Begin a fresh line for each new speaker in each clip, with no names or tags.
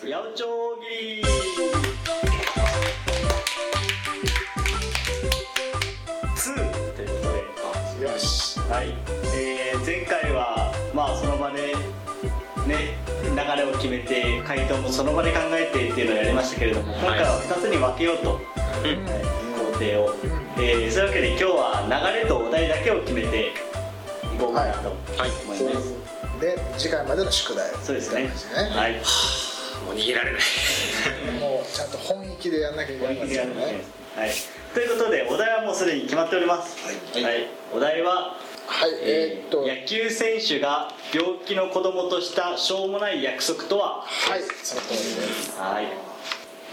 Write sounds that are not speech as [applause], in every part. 八百長切り2ということで
よし
はい、えー前回はまあその場でね流れを決めて回答もその場で考えてっていうのをやりましたけれども今回は2つに分けようと、はい工程を、えーそういうわけで今日は流れとお題だけを決めていこうかなと思います、
で次回までの宿題
そうですね
ですね
はい
もう逃げられない
もうちゃんと本意気でやんなきゃいけないですよね
はい、ということでお題はもうすでに決まっております、はいお題は
はいえーっとはい
野球選手が病気の子供としたしょうもない約束とは
その通りです
はい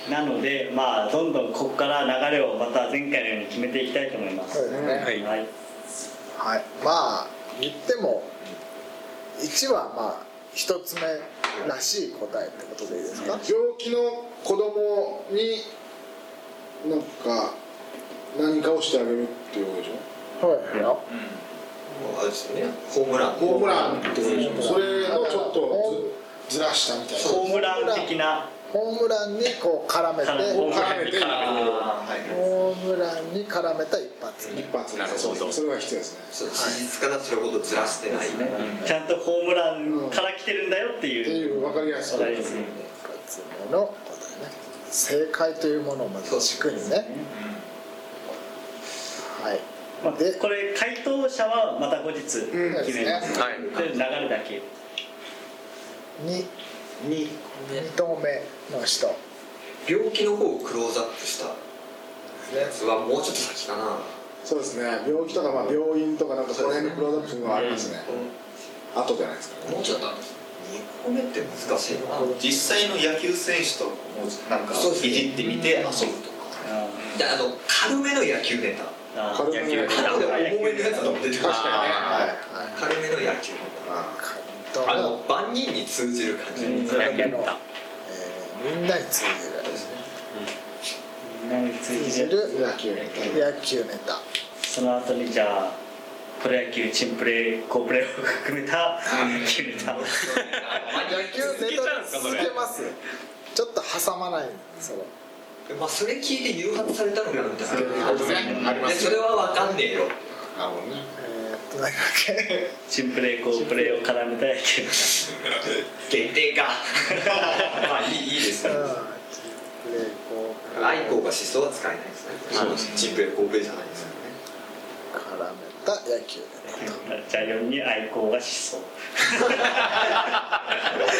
なのでまあどんどんここから流れをまた前回のように決めていきたいと思いま
そう
す、
ですね
はい
はい、
はいまあ言っても1はまあ一つ目らしい答えってことでいいですか
病気の子供になんか何かをしてあげるっていうことでしょ
はいよ
あれですよねホームラン
ホームランってことでしょそれをちょっ
ホ
とずずらしたみたい
ホームラン的な
ホームランにこう絡めて
絡
な絡めて
あーはい
ホームランに絡めた一発目
一発
なるほど
それが必要ですね
そう事実からそれほどずらしてないね
ちゃんとホームランから来てるんだよって
って
いう
いう分かりやす
お
く
題ですね
一発目の答えね正解というものをまず軸にねはい
まあ、
で
これ回答者はまた後日決めます、
うん
はい
とりあえず流れだけ
2
2
2投目の人
病気の方をクローズアップしたやつはもうちょっと先かな
そうですね病気とかまあ病院とかなんかその辺のクローズアップするのはありますね後じゃないですか
もうちょっと後です2個目って難しいな
実際の野球選手ともなんか
そうですね
いじってみて遊ぶとか
であの軽めの野球ネタ
あー
軽めの
野球
軽めの重めのやつが出てくる
確かにね
軽めの野球ネ
1
タあ
投
の万人に通じる感じ
うん
ややった
目みんなに通
みんなについて
じる通
る
じる
野球ネタ
野球ネタ
その後にじゃあプロ野球チンプレー好プレーを含めた野球ネタ
野球ネタ続けますちょっと挟まないその
まあそれ聞いて誘発されたのかなみたいな
ありま
ですそ
ね
れは分かんねえよ
なるほどね
えーっと何だっけ
チンプレー好プレーを絡めた野球ネタ
限定 [laughs] かまあいいいいです
う
ね
んプレーこう
愛好が思想は使えないですねチンプレコーペじゃないですよね
絡めた野球ネタ
じゃあ4に愛好が失踪
思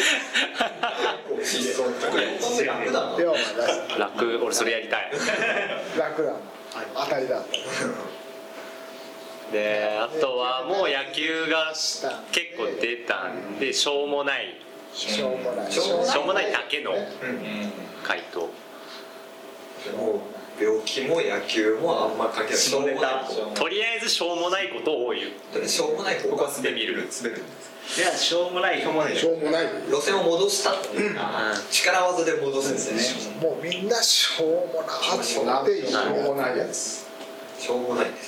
想ってこれほとんど楽だな
龍馬だし
楽俺それやりたい
楽だもん当たりだった
であとはもう野球が結構出たんでしょうもない
しょうもない
しょうも
しょうもないだけの回答
もう病気も野球もあんま関係ないしょうもない
とりあえずしょうもないことを言う
しょうもない方向で見る
じゃあしょうもない
しょうもない
路線を戻したっていうか力技で戻すんですね
もうみんなしょうもな
しょうもない
し
しょうもないやつ
しょうもないです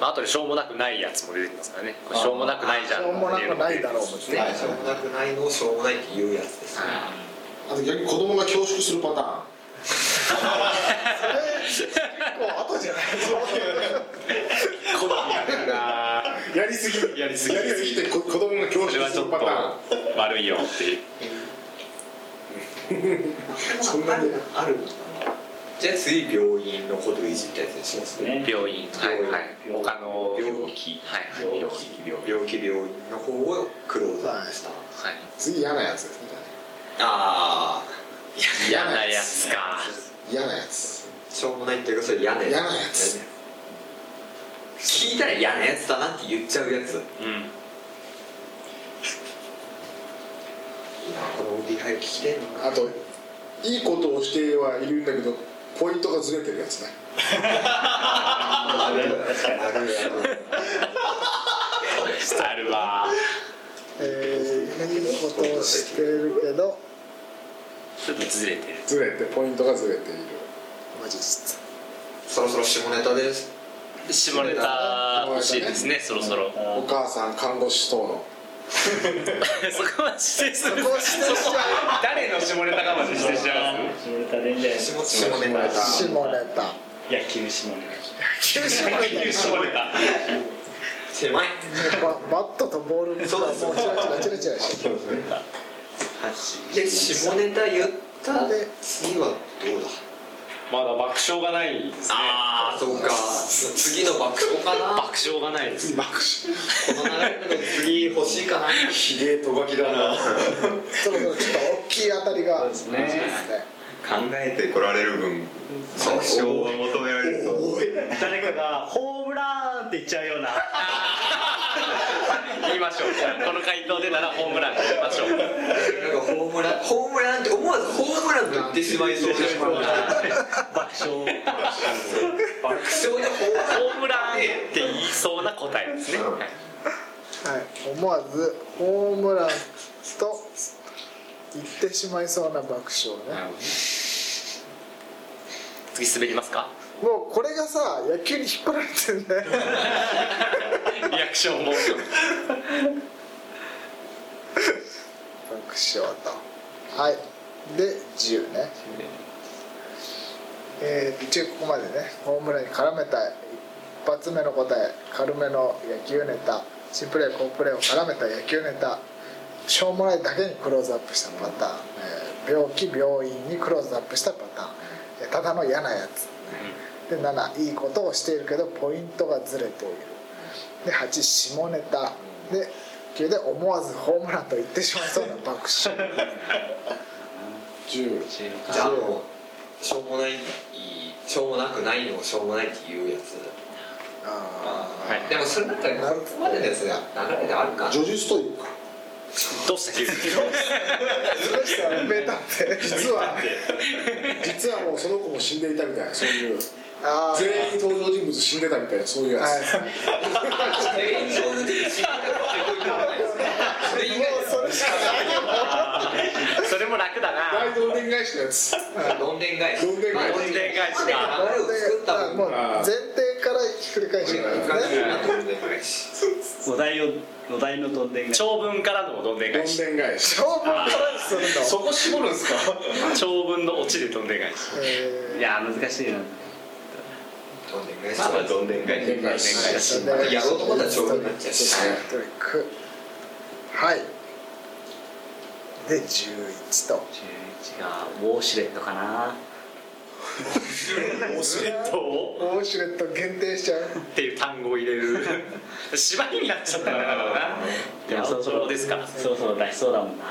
まああとでしょうもなくないやつも出てきますからねこれしょうもなくないじゃん
ょうもなくないだろうもん
ね
ね
しょうもなくないのをしょうもないっていうやつですね
あと逆に子供が恐縮するパタ [laughs] ーン
もう後じゃない
[laughs] やりすぎやりすぎやりすぎてこ子供が教
そ
師
れは
す
ちょ
る
っ
パターン
と悪いよっていう
そんな
あ
に
るあるじゃあ次病院のことをいじったやつにしますね
ね
病院はいはい他の
病気
はいはい病気病気
病気病院の方をクローズアップした
はい
次嫌なやつですね
ああ
嫌なやつか
嫌なやつ
しょうもないっていうかそれ嫌なやつ
嫌なやつ
聞いたら嫌なやつだなって言っちゃうやつこ
うん
の理解聞きてんのか
あといいことをしてはいるんだけどポイントがずれてるやつね
あるある
あるわ
えーいいことをしてるけど
ちょっとずれてる
ずれてポイントがずれている
無実
そろそろ下ネタです
下ネタ欲しいですねそろそろ
お母さん看護師等の
そこは指定する
そこを指定しちゃう
誰の下下ネタ我慢してしちゃう
下ネタでいいんじゃないですか
下ネタ
下ネタ
野球下ネ
球下
野球
ネタ
下ネタ
狭い
ババットとボールが
そうです
もうチラチラチラチラしてる
で下ネタ言った
で
次はどうだ
まだ爆笑がないですね
ああそうか次の爆笑かな
爆笑がないです
この流れの次欲しいかな
ひでえとばきだな
そろそろちょっと大きい当たりが
すね
考えてこられる分爆笑を求められると
誰かがホームランって言っちゃうような
言いましょうこの回答出たらホームラン言いましょう
なんかホームランホームランって思わずホームランと言ってしまいそうな爆笑
爆笑
でホームラン
ホームランって言いそうな答えですねはい
はい、思わずホームランと言ってしまいそうな爆笑ね
次滑りますか
もうこれがさ野球に引っ張られてるね
リアクションも
爆笑とはいで10ねえー、一応ここまでねホームランに絡めた一発目の答え軽めの野球ネタ新プレー好プレーを絡めた野球ネタしょうもないだけにクローズアップしたパターン、えー病気病院にクローズアップしたパターンえーただの嫌なやつで7いいことをしているけどポイントがずれているで8下ネタで9で思わずホームランと言ってしまいそうな爆笑
10
じゃあもうしょうもないしょうもなくないのをしょうもないっていうやつ
あ
はい
でもそれだったらここまでのやつが流れであるかな
叙述というか
どうした急に
ーどうしたらベタって
実は実はもうその子も死んでいたみたいなそういう
あー
全員登場人物死んでたみたいなそういうや
はい
つ、
全員上手に死んだってことはないですねそれ以外
それしか
それも楽だな
大どんでん返しのやつ
どんでん返し
どんでん
まあ
返し
どんでん返し
な
が
い
流れを作った
もう
分
前提からひっくり返してるからね
どんでん返し
お題をお題のどんでんが
長文からのどんでん
どん
返し
でん返し
長文からするの、
こ絞るんですか長文のオチでどんでん返し
え
いやー難しいな
どんでん返し
まあどんでん返し
どんでん返し
ー、
しやろうと思ったら長文になっちゃうし
トリックはいで11と
11がウォーシュレットかな
ウォシュレットを
ウォシュレット限定しちゃう
っていう単語を入れる縛りになっちゃったんだからなでもそろそろですから
そろそろ出しそうだもんな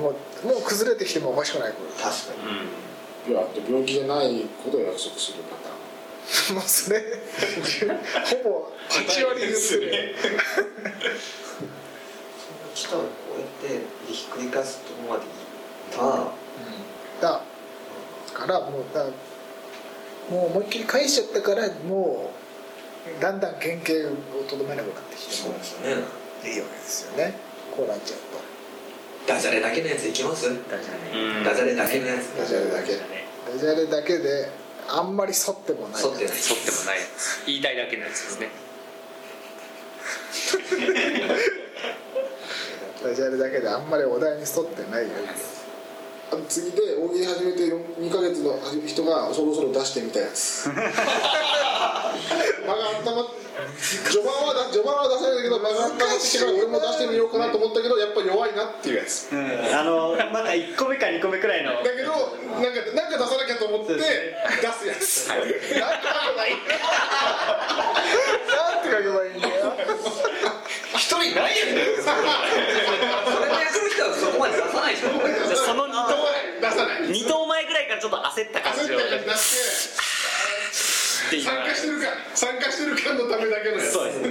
もうもう崩れてきてもおかしくないこれ
確かに
いや病気じゃないことを約束するパターン
もうそれほぼ8割ずつね
来たこうやってひっくり返すとこまでいった
だからもうだもう思いっきり返しちゃったからもうだんだん原型をとどめなくなってきても
すね
いいわけですよねこうなっちゃう
ダジャレだけのやついきます
だじゃ
う
ね
ん
ダジャレだけのやつ
とダジャレだけダジャレだけであんまり沿ってもない
沿ってない
沿ってもない言いたいだけのやつですね
ダジャレだけであんまりお題に沿ってないよ
あの次で大喜利始めて2ヶ月の人がそろそろ出してみたやつ間が温まっ序盤はだ序盤は出せないけど間が温まってきてから俺も出してみようかなと思ったけどやっぱ弱いなっていうやつ
うんあのまだ1個目か2個目くらいの
だけどなんかなんか出さなきゃと思って出すやつなんかあるない
なんて書けばいいんだよ
一人何やねんそれでやる人はそこまで出さないでしょ
じゃあその2頭
出さない
二頭前ぐらいからちょっと焦った感
焦
じ
っ
を
たやつ出
て
して参
今
加してるか参加してる感のためだけのやつ
そうですね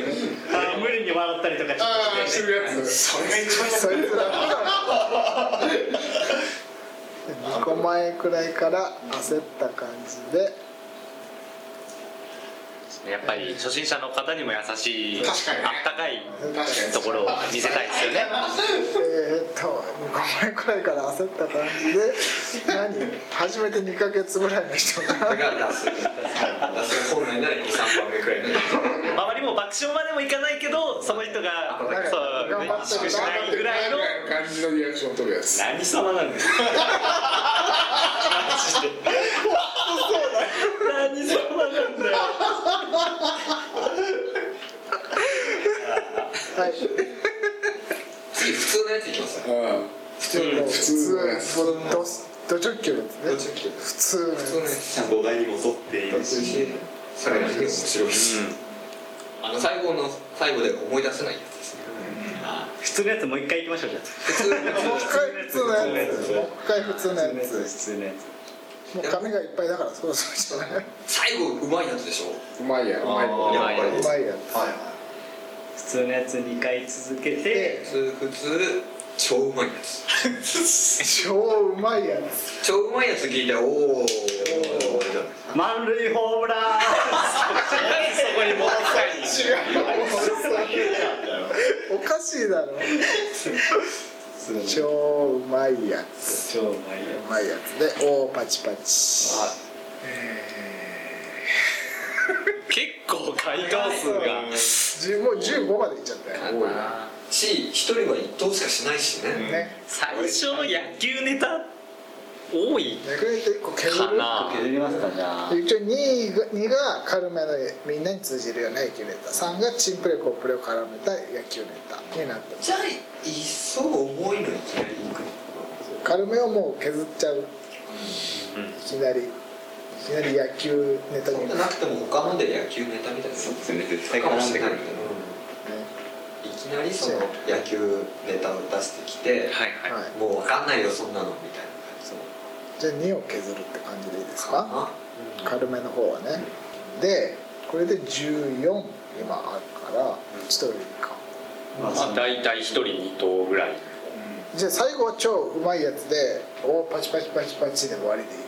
あの無理に笑ったりとかちょっ
ああ
と
し
しててね
るやつ
それが一番
そいつだ2個前くらいから焦った感じで
やっぱり初心者の方にも優しい、
確かにね
あったかい
確かに
ところを見せたいですよね。
えーっと5前くらいから焦った感じで何初めて2ヶ月ぐらいの人が
だから出す出す本来なら23番目くらいになる
周りも爆笑までもいかないけど、その人が、そう、
頑張
認
って
識
る
し
な
ないぐらいの。
感じのリアクションを取るやつ
何様なんですか何様なんだよ
はい
次普通のやついきます
うん
普通の普
通のやつ
通ドスド直球ですね普通のや
普通のやつ
ちゃんとお題にも沿っているし
それだけ面白いし、あの最後の最後で思い出せないやつですね
普通のやつもう一回行きましょうじゃあ
普通のや
つもう一回普通のやつもう一回普通のや
普通のや
つ
つ普通のやつ
もう髪がいっぱいだからそうそうじゃないう
つ最後うまいやつでしょ
うまいやんうま
あ
い
ー
やっぱり
まいや
普通のやつ2回続けて
普通普通超うまいやつ
つ超うまいやつ
超うまいやつ聞いておおー
満塁ホームラン
そこにもう一回
おかしいだろ超うまいやつ
超うまいよ
うまいやつでおーパチパチ
結構回答数が。
じゅうもう15までいっちゃったよ
多いな
し一人は一投しかしないしね、
ね
最初の野球ネタ多い
めくれて1個削
か
る
な
削りますかじゃあ
一応2が二が軽めのみんなに通じるような野球ネタ3がチンプレーコープレーを絡めた野球ネタになってます
じゃあいっそ重いのいきなりいく
軽めをもう削っちゃう、いきなりいきなり野球ネタ
そ
に
んななくても他ので野球ネタみたいな
そうですね絶対
か
絡
も
ん
し
で
れ
く
ない
る
けどいきなりその野球ネタを出してきて、
はい
はい、
もう分かんないよそんなのみたいな感じ
じゃあ2を削るって感じでいいですか
あ
軽めの方はねでこれで14今あるから1人か
まあ大体一人二投ぐらい
じゃあ最後は超うまいやつでおーパチパチパチパチで終わりでいい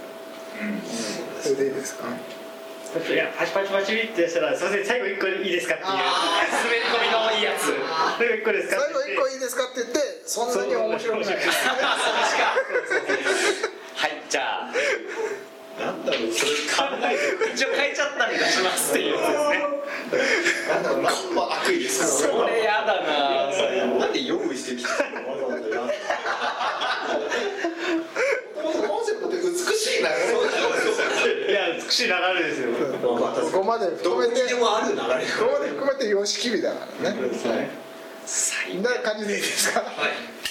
それでいいですか、
いやパチパチパチってしたらすいません最後一個いいですかっていう
滑り込みのいいやつ
最後一個ですか
最後1個いいですかって言ってそんなに面白くない
はいじゃあ
なんだろうそれ
考えて一応変えちゃったんで出しますっていう
なんだろうな悪意です
それやだな
なんで用意してきた
わざわざや
コンセプトって美しいな
でいや美しい流れですよ
ここまで
ど
含
う
めて
にでもある流れが
ここまで含めて様式日だからね
最
みんな感じでいいですか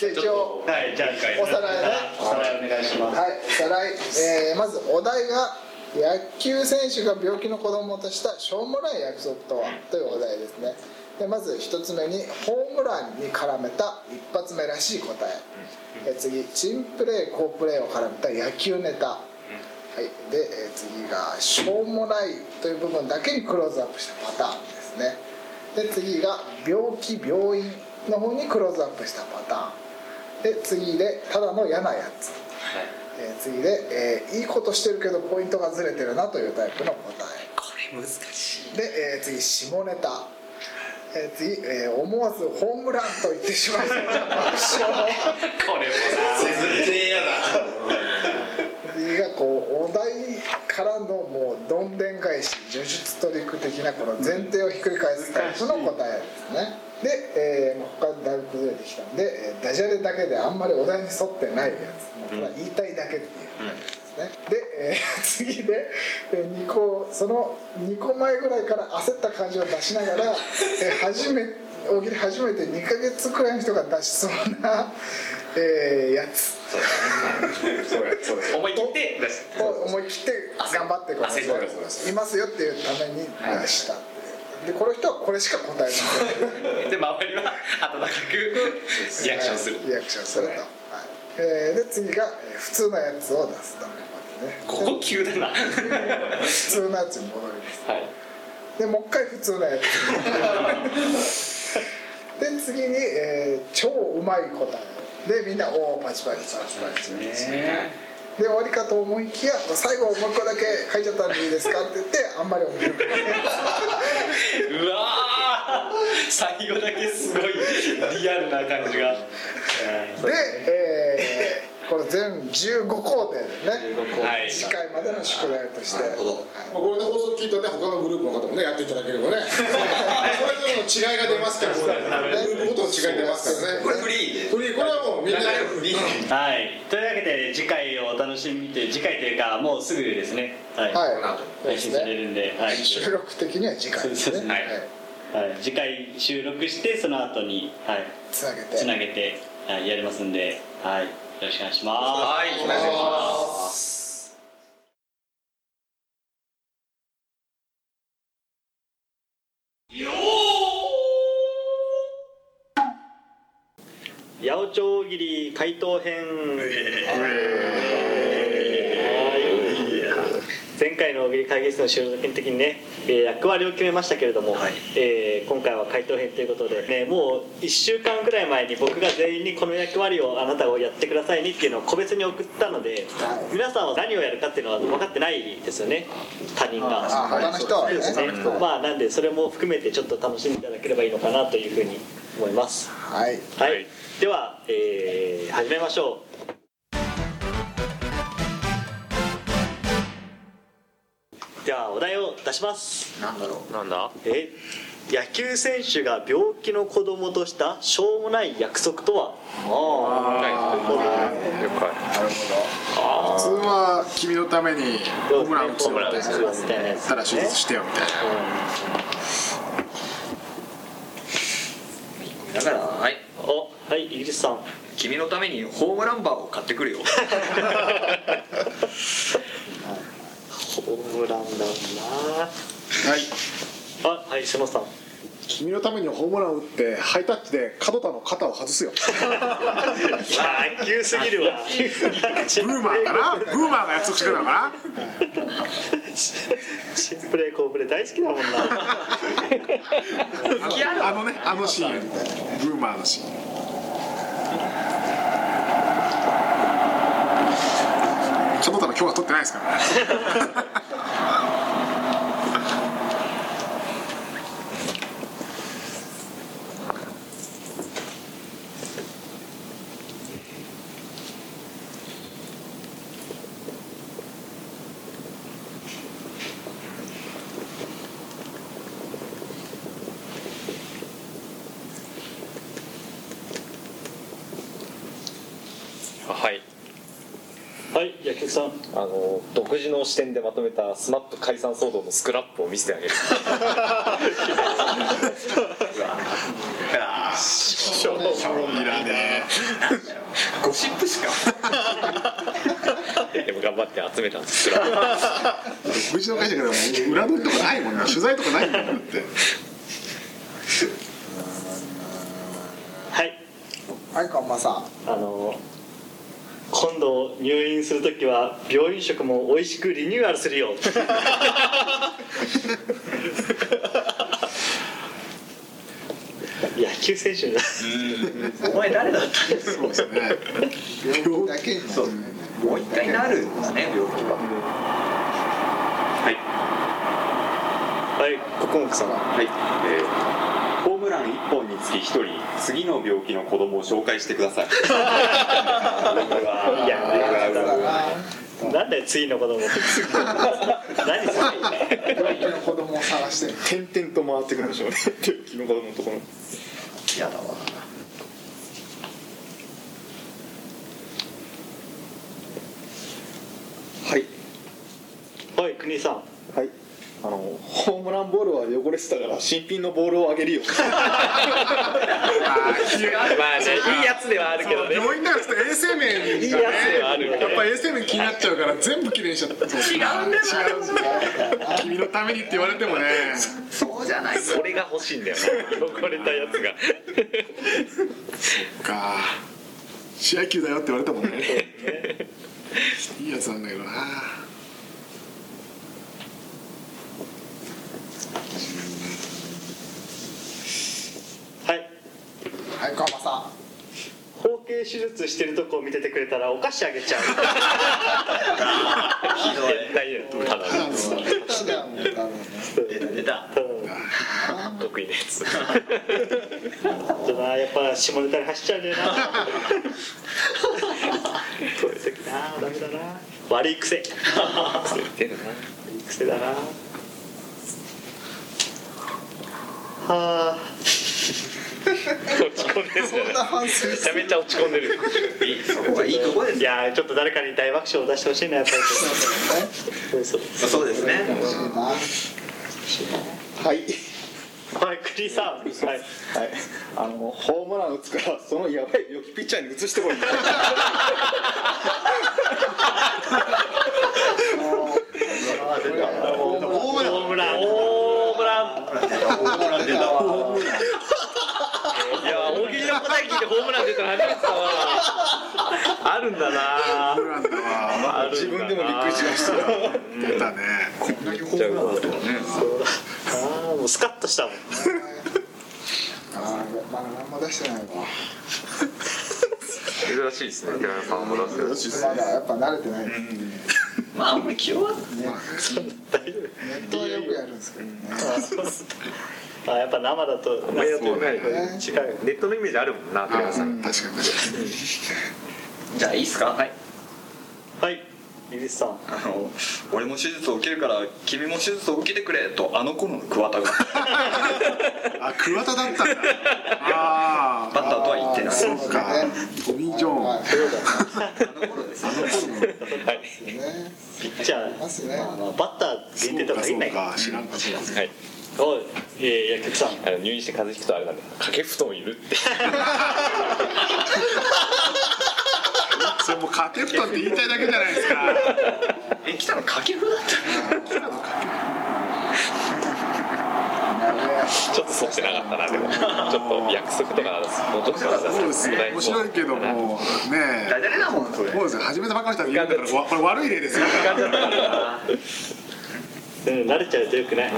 で一応
はいじゃあ
おさらいね
おさらいお願いします
はいおさらい、えーまずお題が野球選手が病気の子供としたしょうもない約束とはというお題ですねでまず1つ目にホームランに絡めた一発目らしい答ええー次チンプレー好プレーを絡めた野球ネタはい、で、えー次が「しょうもない」という部分だけにクローズアップしたパターンですねで次が「病気病院」の方にクローズアップしたパターンで次で「ただの嫌なやつ」えー次で、えーいいことしてるけどポイントがずれてるな」というタイプの答え
これ難しい
で、えー次下ネタ、えー次、えー思わず「ホームラン」と言ってしまいそうな爆笑
これも
絶対やだ
次がこうお題からのもうどんでん返し呪術トリック的なこの前提をひっくり返すタイプの答えですねで、えー、他にだいぶ崩れてきたんで、えーダジャレだけであんまりお題に沿ってないやつもうこれは言いたいだけっていう感じですねで、えー [laughs] 次で、えー、2個その2個前ぐらいから焦った感じを出しながら、えー初め大喜利初めて2ヶ月くらいの人が出しそうな、えーやつ
な思い切って出し
を思い切って頑張ってください
焦ってくださ
いますよっていうために出した、でこの人はこれしか答えない
たで周りは温かくリアクションする
リアクションすると、はいえーで次がえー普通のやつを出すと、ね、
ここ急だなは
普通のやつに戻ります
い
でもう一回普通のや
[laughs]
つで次に、えー超うまい答えでみんなおおパチパチパチパチ、
ね
で終わりかと思いきや最後もう一個だけ書いちゃったんでいいですかって言ってあんまり面白くない
うわー最後だけすごいリアルな感じが
で、えーこれ全15工程でね
はい
次回までの宿題として
なるほど
まあ、これで放送聞いたね他のグループの方もねやっていただければねそれぞれの違いが出ますからこれグループごとの違い出ますからね
これフリーで
フリーこれはもうみん
流
な
れフリーで
はい、というわけで次回をお楽しみって次回というかもうすぐですねはい、
はい
この後
配信さ
そうです
れ
ね
るんで、はい
収録的には次回です
そうです
ね
ね
はい
はい、次回収録してその後にはい
つなげて
つなげて、はい、やりますんではいよろしくお願いします
はいお願いします
八百長大喜利回答編前回の大喜利会議室の収録の時にね、えー役割を決めましたけれども、えー今回は回答編ということで、ね、もう1週間ぐらい前に僕が全員にこの役割をあなたをやってくださいねっていうのを個別に送ったので、皆さんは何をやるかっていうのは分かってないですよね他人が。
あ他の人はね
ですねまあなんでそれも含めてちょっと楽しんでいただければいいのかなというふうに思います。
はい
はい、では、えー始めましょうではお題を出します
なんだろう
なんだ
え野球選手が病気の子供としたしょうもない約束とはあ
了解
普通は君のために
ホームラン打つよみたいなたら手術して
よみたい
だ
な
からはい
おはいイギリスさん
君のためにホームランバーを買ってくるよ
[laughs] ホームランだな
はい
あはい瀬野さん
君のためにホームラン打ってハイタッチで角田の肩を外すよ
あ急すぎるわ
ブーマーかなブーマーが約束してたのかな
シンプレーコープレー大好きだもんな
あのねあのシーンブーマーのシーン角田の今日は撮ってないですからね
あはい
はい野球さん
あの独自の視点でまとめたスマップ解散騒動のスクラップを見せてあげる
ゴシップしか
でも頑張って集めたんですスクラップ
無事の会社からもう裏取りとかないもんな取材とかないもんなって
はい
はいこんばんさ
あの今度入院する時は病院食も美味しくリニューアルするよ野球選手だ
お前誰だったんです
そうです
ん
ね
だけになるね
もう一回なるんですね病気は
はいココモクさんは
はい、えー、ホームラン1本につき1人次の病気の子供を紹介してください
[laughs]
いや
だ
なんだよ次の子供何それ
な病気の子供を探してる
転々と回ってくるんでしょうね病気の子供のところ
嫌だわ
はい
はい国井さん
はいあのホームランボールは汚れてたから新品のボールをあげるよ
まあねいいやつではあるけどね
病院だからちょっと衛生面がね
いいやつではあるけ
や
ど
っぱ衛生面気になっちゃうから全部きれいにしちゃった違うんだよ君のためにって言われてもね
そうじゃない
それが欲しいんだよ汚れたやつが
か試合球だよって言われたもんね [laughs] いいやつなんだけどな
はい
はいこんばんさ
高級で手術してるとこを見ててくれたらお菓子あげちゃう
ひどい
ダイエットただの
出た出た
得意なやつ
ちょっとなやっぱ下ネタに走っちゃうんだよなこういう時なダメだな悪い癖
出るな
悪い癖だなはあ
落ち込んでるじゃないめちゃめちゃ落ち込んでる
そこはいいとこです
いやーちょっと誰かに大爆笑を出してほしいなやっぱりそうそう
そうですね
はい
はいクリーさんは
は
い
い、あのホームラン打つからそのやばい病気ピッチャーに移してこい
ホームランホームラン
いや大喜利の答え聞いてホームラン出たの初めてだわあるんだなホームランだわ自分でもびっくりしました出たねこんなにホームランだったら
ああもうスカッとしたもん
あーまだ何も出してないわ
珍しいですね寺山さんも出すよ
まだやっぱ慣れてないネ
まああんまり気弱い
ットはよくやるんですけどね
あーやっぱ生だとなんか
そうね
近い
ネットのイメージあるもんな寺山さん
じゃあいいっすかはい
はいリリスさん
あの俺も手術を受けるから君も手術を受けてくれとあの頃の桑田が
あ、桑田だったんだ。あ
バッターとは言ってない
あ、か。トミー・ジョーン。
はい
じゃあ
ますね
まあバッター限定とかいい
そ
ん
う
ない
か、知らんかった。
おいえー薬局さん
あの入院して風邪ひくとあれなんだよ掛け布団いるって
それもう掛け布団って言いたいだけじゃないですか。
え来たの掛布だった
ちょっとそってなかったなでもちょっと約束とかもうちょっと
そうですね。面白いけども、ね
ダジャレだもんそれ
え。そうですね。始めたばっかりの人が言うんだから、わこれ悪い例ですよ。
うん慣れちゃうとよくない、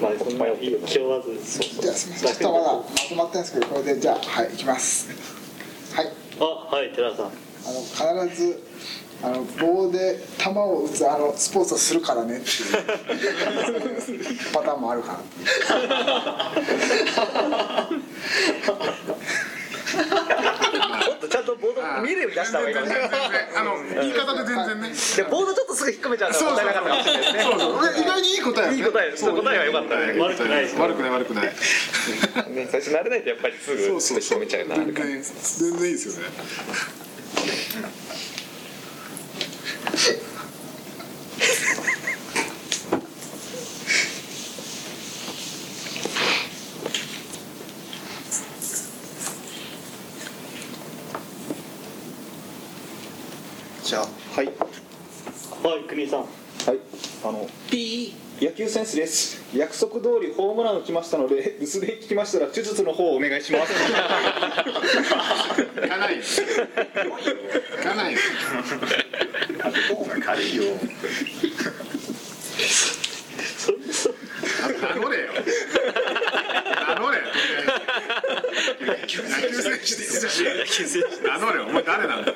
まあこんなに気負わずそう
じゃあすみませんちょっとまだまとまってないんですけどこれでじゃあはい行きますはい
あはい寺田さん
あの必ずあの棒で球を打つあのスポーツをするからねっていうパターンもあるから
もっとちゃんとボード見るように出した方がいいかもしれない
あの、言い方で全然ね。
でボードちょっとすぐ引っ込めちゃうから
そう
問
そう
題なかったかもしれないですね
そうそう。俺意外にいい答え。
いい答えです
そう
答えが良かったね
悪くないです
悪くない悪くない。
ね最初慣れないとやっぱりすぐ
そうそう
ち
そ
ょ
う。
っと引っ込
全
めちゃうなある
然
から
全然いいですよね。
じゃあはい
はい国井さん
はいあの野球センスです約束通りホームラン打ちましたので薄手聞きましたら手術の方をお願いします
行かないよ。行かないよ。名乗れよ。名乗れよ。野球選手ですじゃねえ。名乗れよ。お前誰なんだ。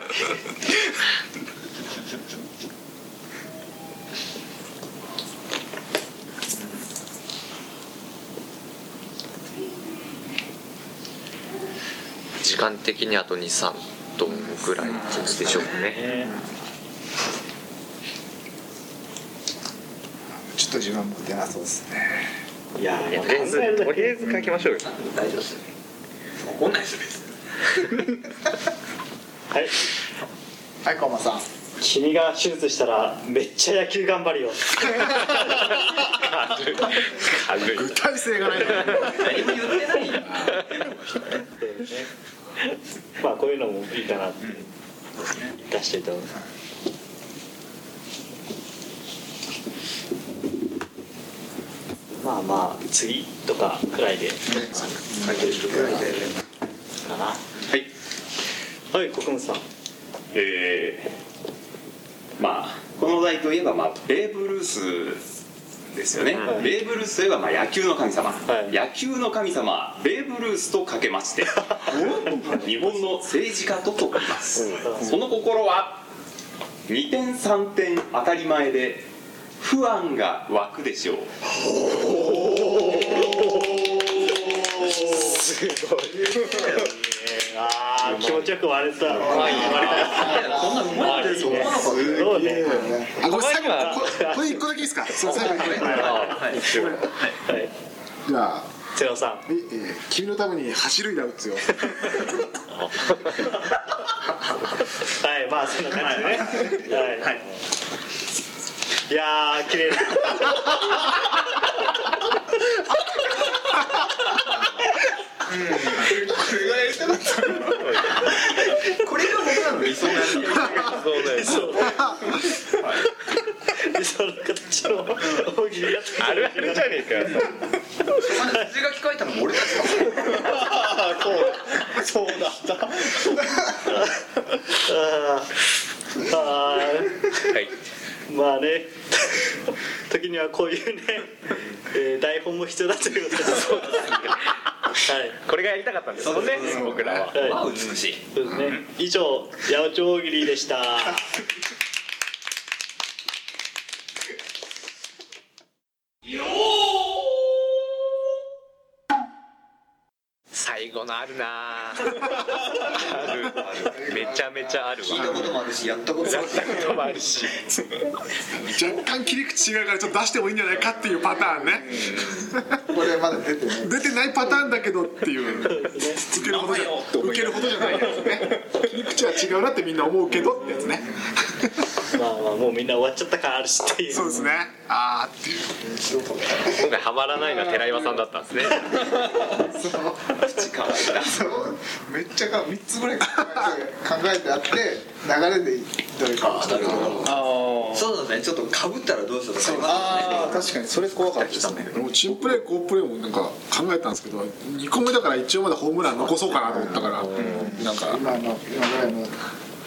時間的にあと23分ぐらいでしょうね
ちょっと自分も出なそうですね
いやー
いやとりあえず
考えるだけ
とりあえず書きましょうよ
大丈夫ですよ怒んないですよ別に
はい
はいコウマさん
君が手術したらめっちゃ野球頑張るよ
軽い
具体性がない。
誰も言ってないよ
まあこういうのもいいかなって出していた方がまあまあ次とかくらいで書いてるくらいでかなはいはい国分さん
えーまあこの話題といえば、まあ、ベーブ・ルース
ですよね、ベーブ・ルースといえばまあ野球の神様、野球の神様ベーブ・ルースとかけまして
[laughs]
日本の政治家と解きます、その心は2点3点当たり前で不安が湧くでしょう
すごい。ああ、気持ちよく割れた。割れた。こんなうまいですよ。そうね。
あ、これ最後、これこれ一個だけいいですか。そう、最後にこれ。
はい。
じゃあ、
ゼロさん。
ええ君のために走るいだ打つよ。
はい、まあそんな感じでね。はい。はい、いやー、綺麗だ。
これが僕らの理想なんだよ
そうだよ。理想の形の大喜利やって
あるあるじゃねえか
数が聞かれたのも俺たちだ
そうだった。あーあー
はい
まあね。時にはこういうね、えー台本も必要だということです。そうですね。はい。
これがやりたかったんですもんね僕らは
はい
まあ美しい
そうですね。以上、八百長大喜利でした。
最後 [laughs] のあるなあるあるめちゃめちゃある
聞いたこともあるしやったこともあるし
わもあるし
若干切り口違うから、ちょっと出してもいいんじゃないかっていうパターンね。
これまだ出てない
出てないパターンだけどっていう。受けるほどじゃ、受けるほどじゃないやつね。切り口は違うなってみんな思うけどってやつ [laughs] ね。
まあまあ、もうみんな終わっちゃった感あるしっていう。
そうですね。あーっていう。
今回ハマらないのは寺岩さんだったんですね
そうめっちゃか3つぐらい考えてあって流れでどれか
なるほどそうだねちょっとかぶったらどうしようとかありま
ああ確かにそれ怖かったですね
もうチンプレー好プレーもなんか考えたんですけど2個目だから一応まだホームラン残そうかなと思ったから、なんか
今の今ぐらいの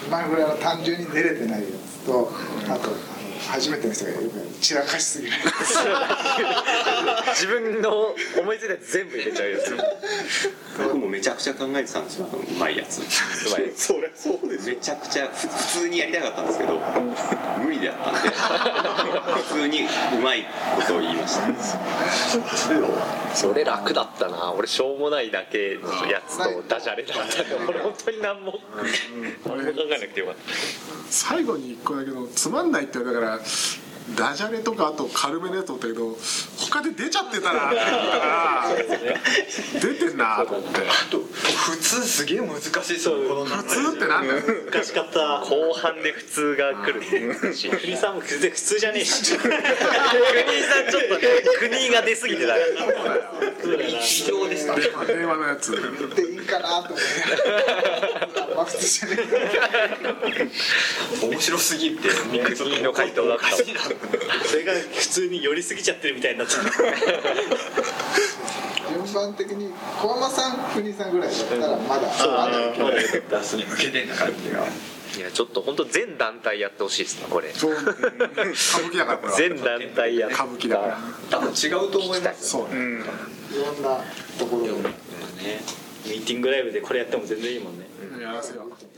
今ぐらいの単純に出れてないやつとあとあの初めての人がよく散らかし
[laughs]
すぎる
自分の思いついたやつ全部入れちゃうやつ
僕もめちゃくちゃ考えてたんですようまいやつ
[laughs] まいや
そりゃそうですめちゃくちゃふ普通にやりたかったんですけど無理だ
[laughs]
ったんで普通にうまいことを言いました
それ楽だったな俺しょうもないだけのやつとダジャレだったんで俺本当に何も何も考えなくてよかっ
最後に1個だけどつまんないってだからダジャレとかあと軽めのやつだったけど他で出ちゃってたなって言ったら出てんなと思っ
す
て
ね普通すげえ難しいそうこの
普通ってなんだよ
難しかった
た。後半で普通が来るっていうし
国さんも全然普通じゃねえ [laughs] し。
国さんちょっとね国が出過ぎてた
そうだな
一生でした
電話電話のやつ
言っていいかなと思って [laughs] まあ普通じゃね
面白すぎて
国の回答だった
それが普通に寄りすぎちゃってるみたいになっちゃった。
え順番的に小浜さん国さんぐらいだったらまだあの
出すに向けてんな感じが
いやちょっと本当全団体やってほしいですねこれ
そう歌舞伎だからこれは
全団体やっ
歌舞伎だから
多分違うと思います
そうね
いろんなところに
ミーティングライブでこれやっても全然いいもんね。
やらせよう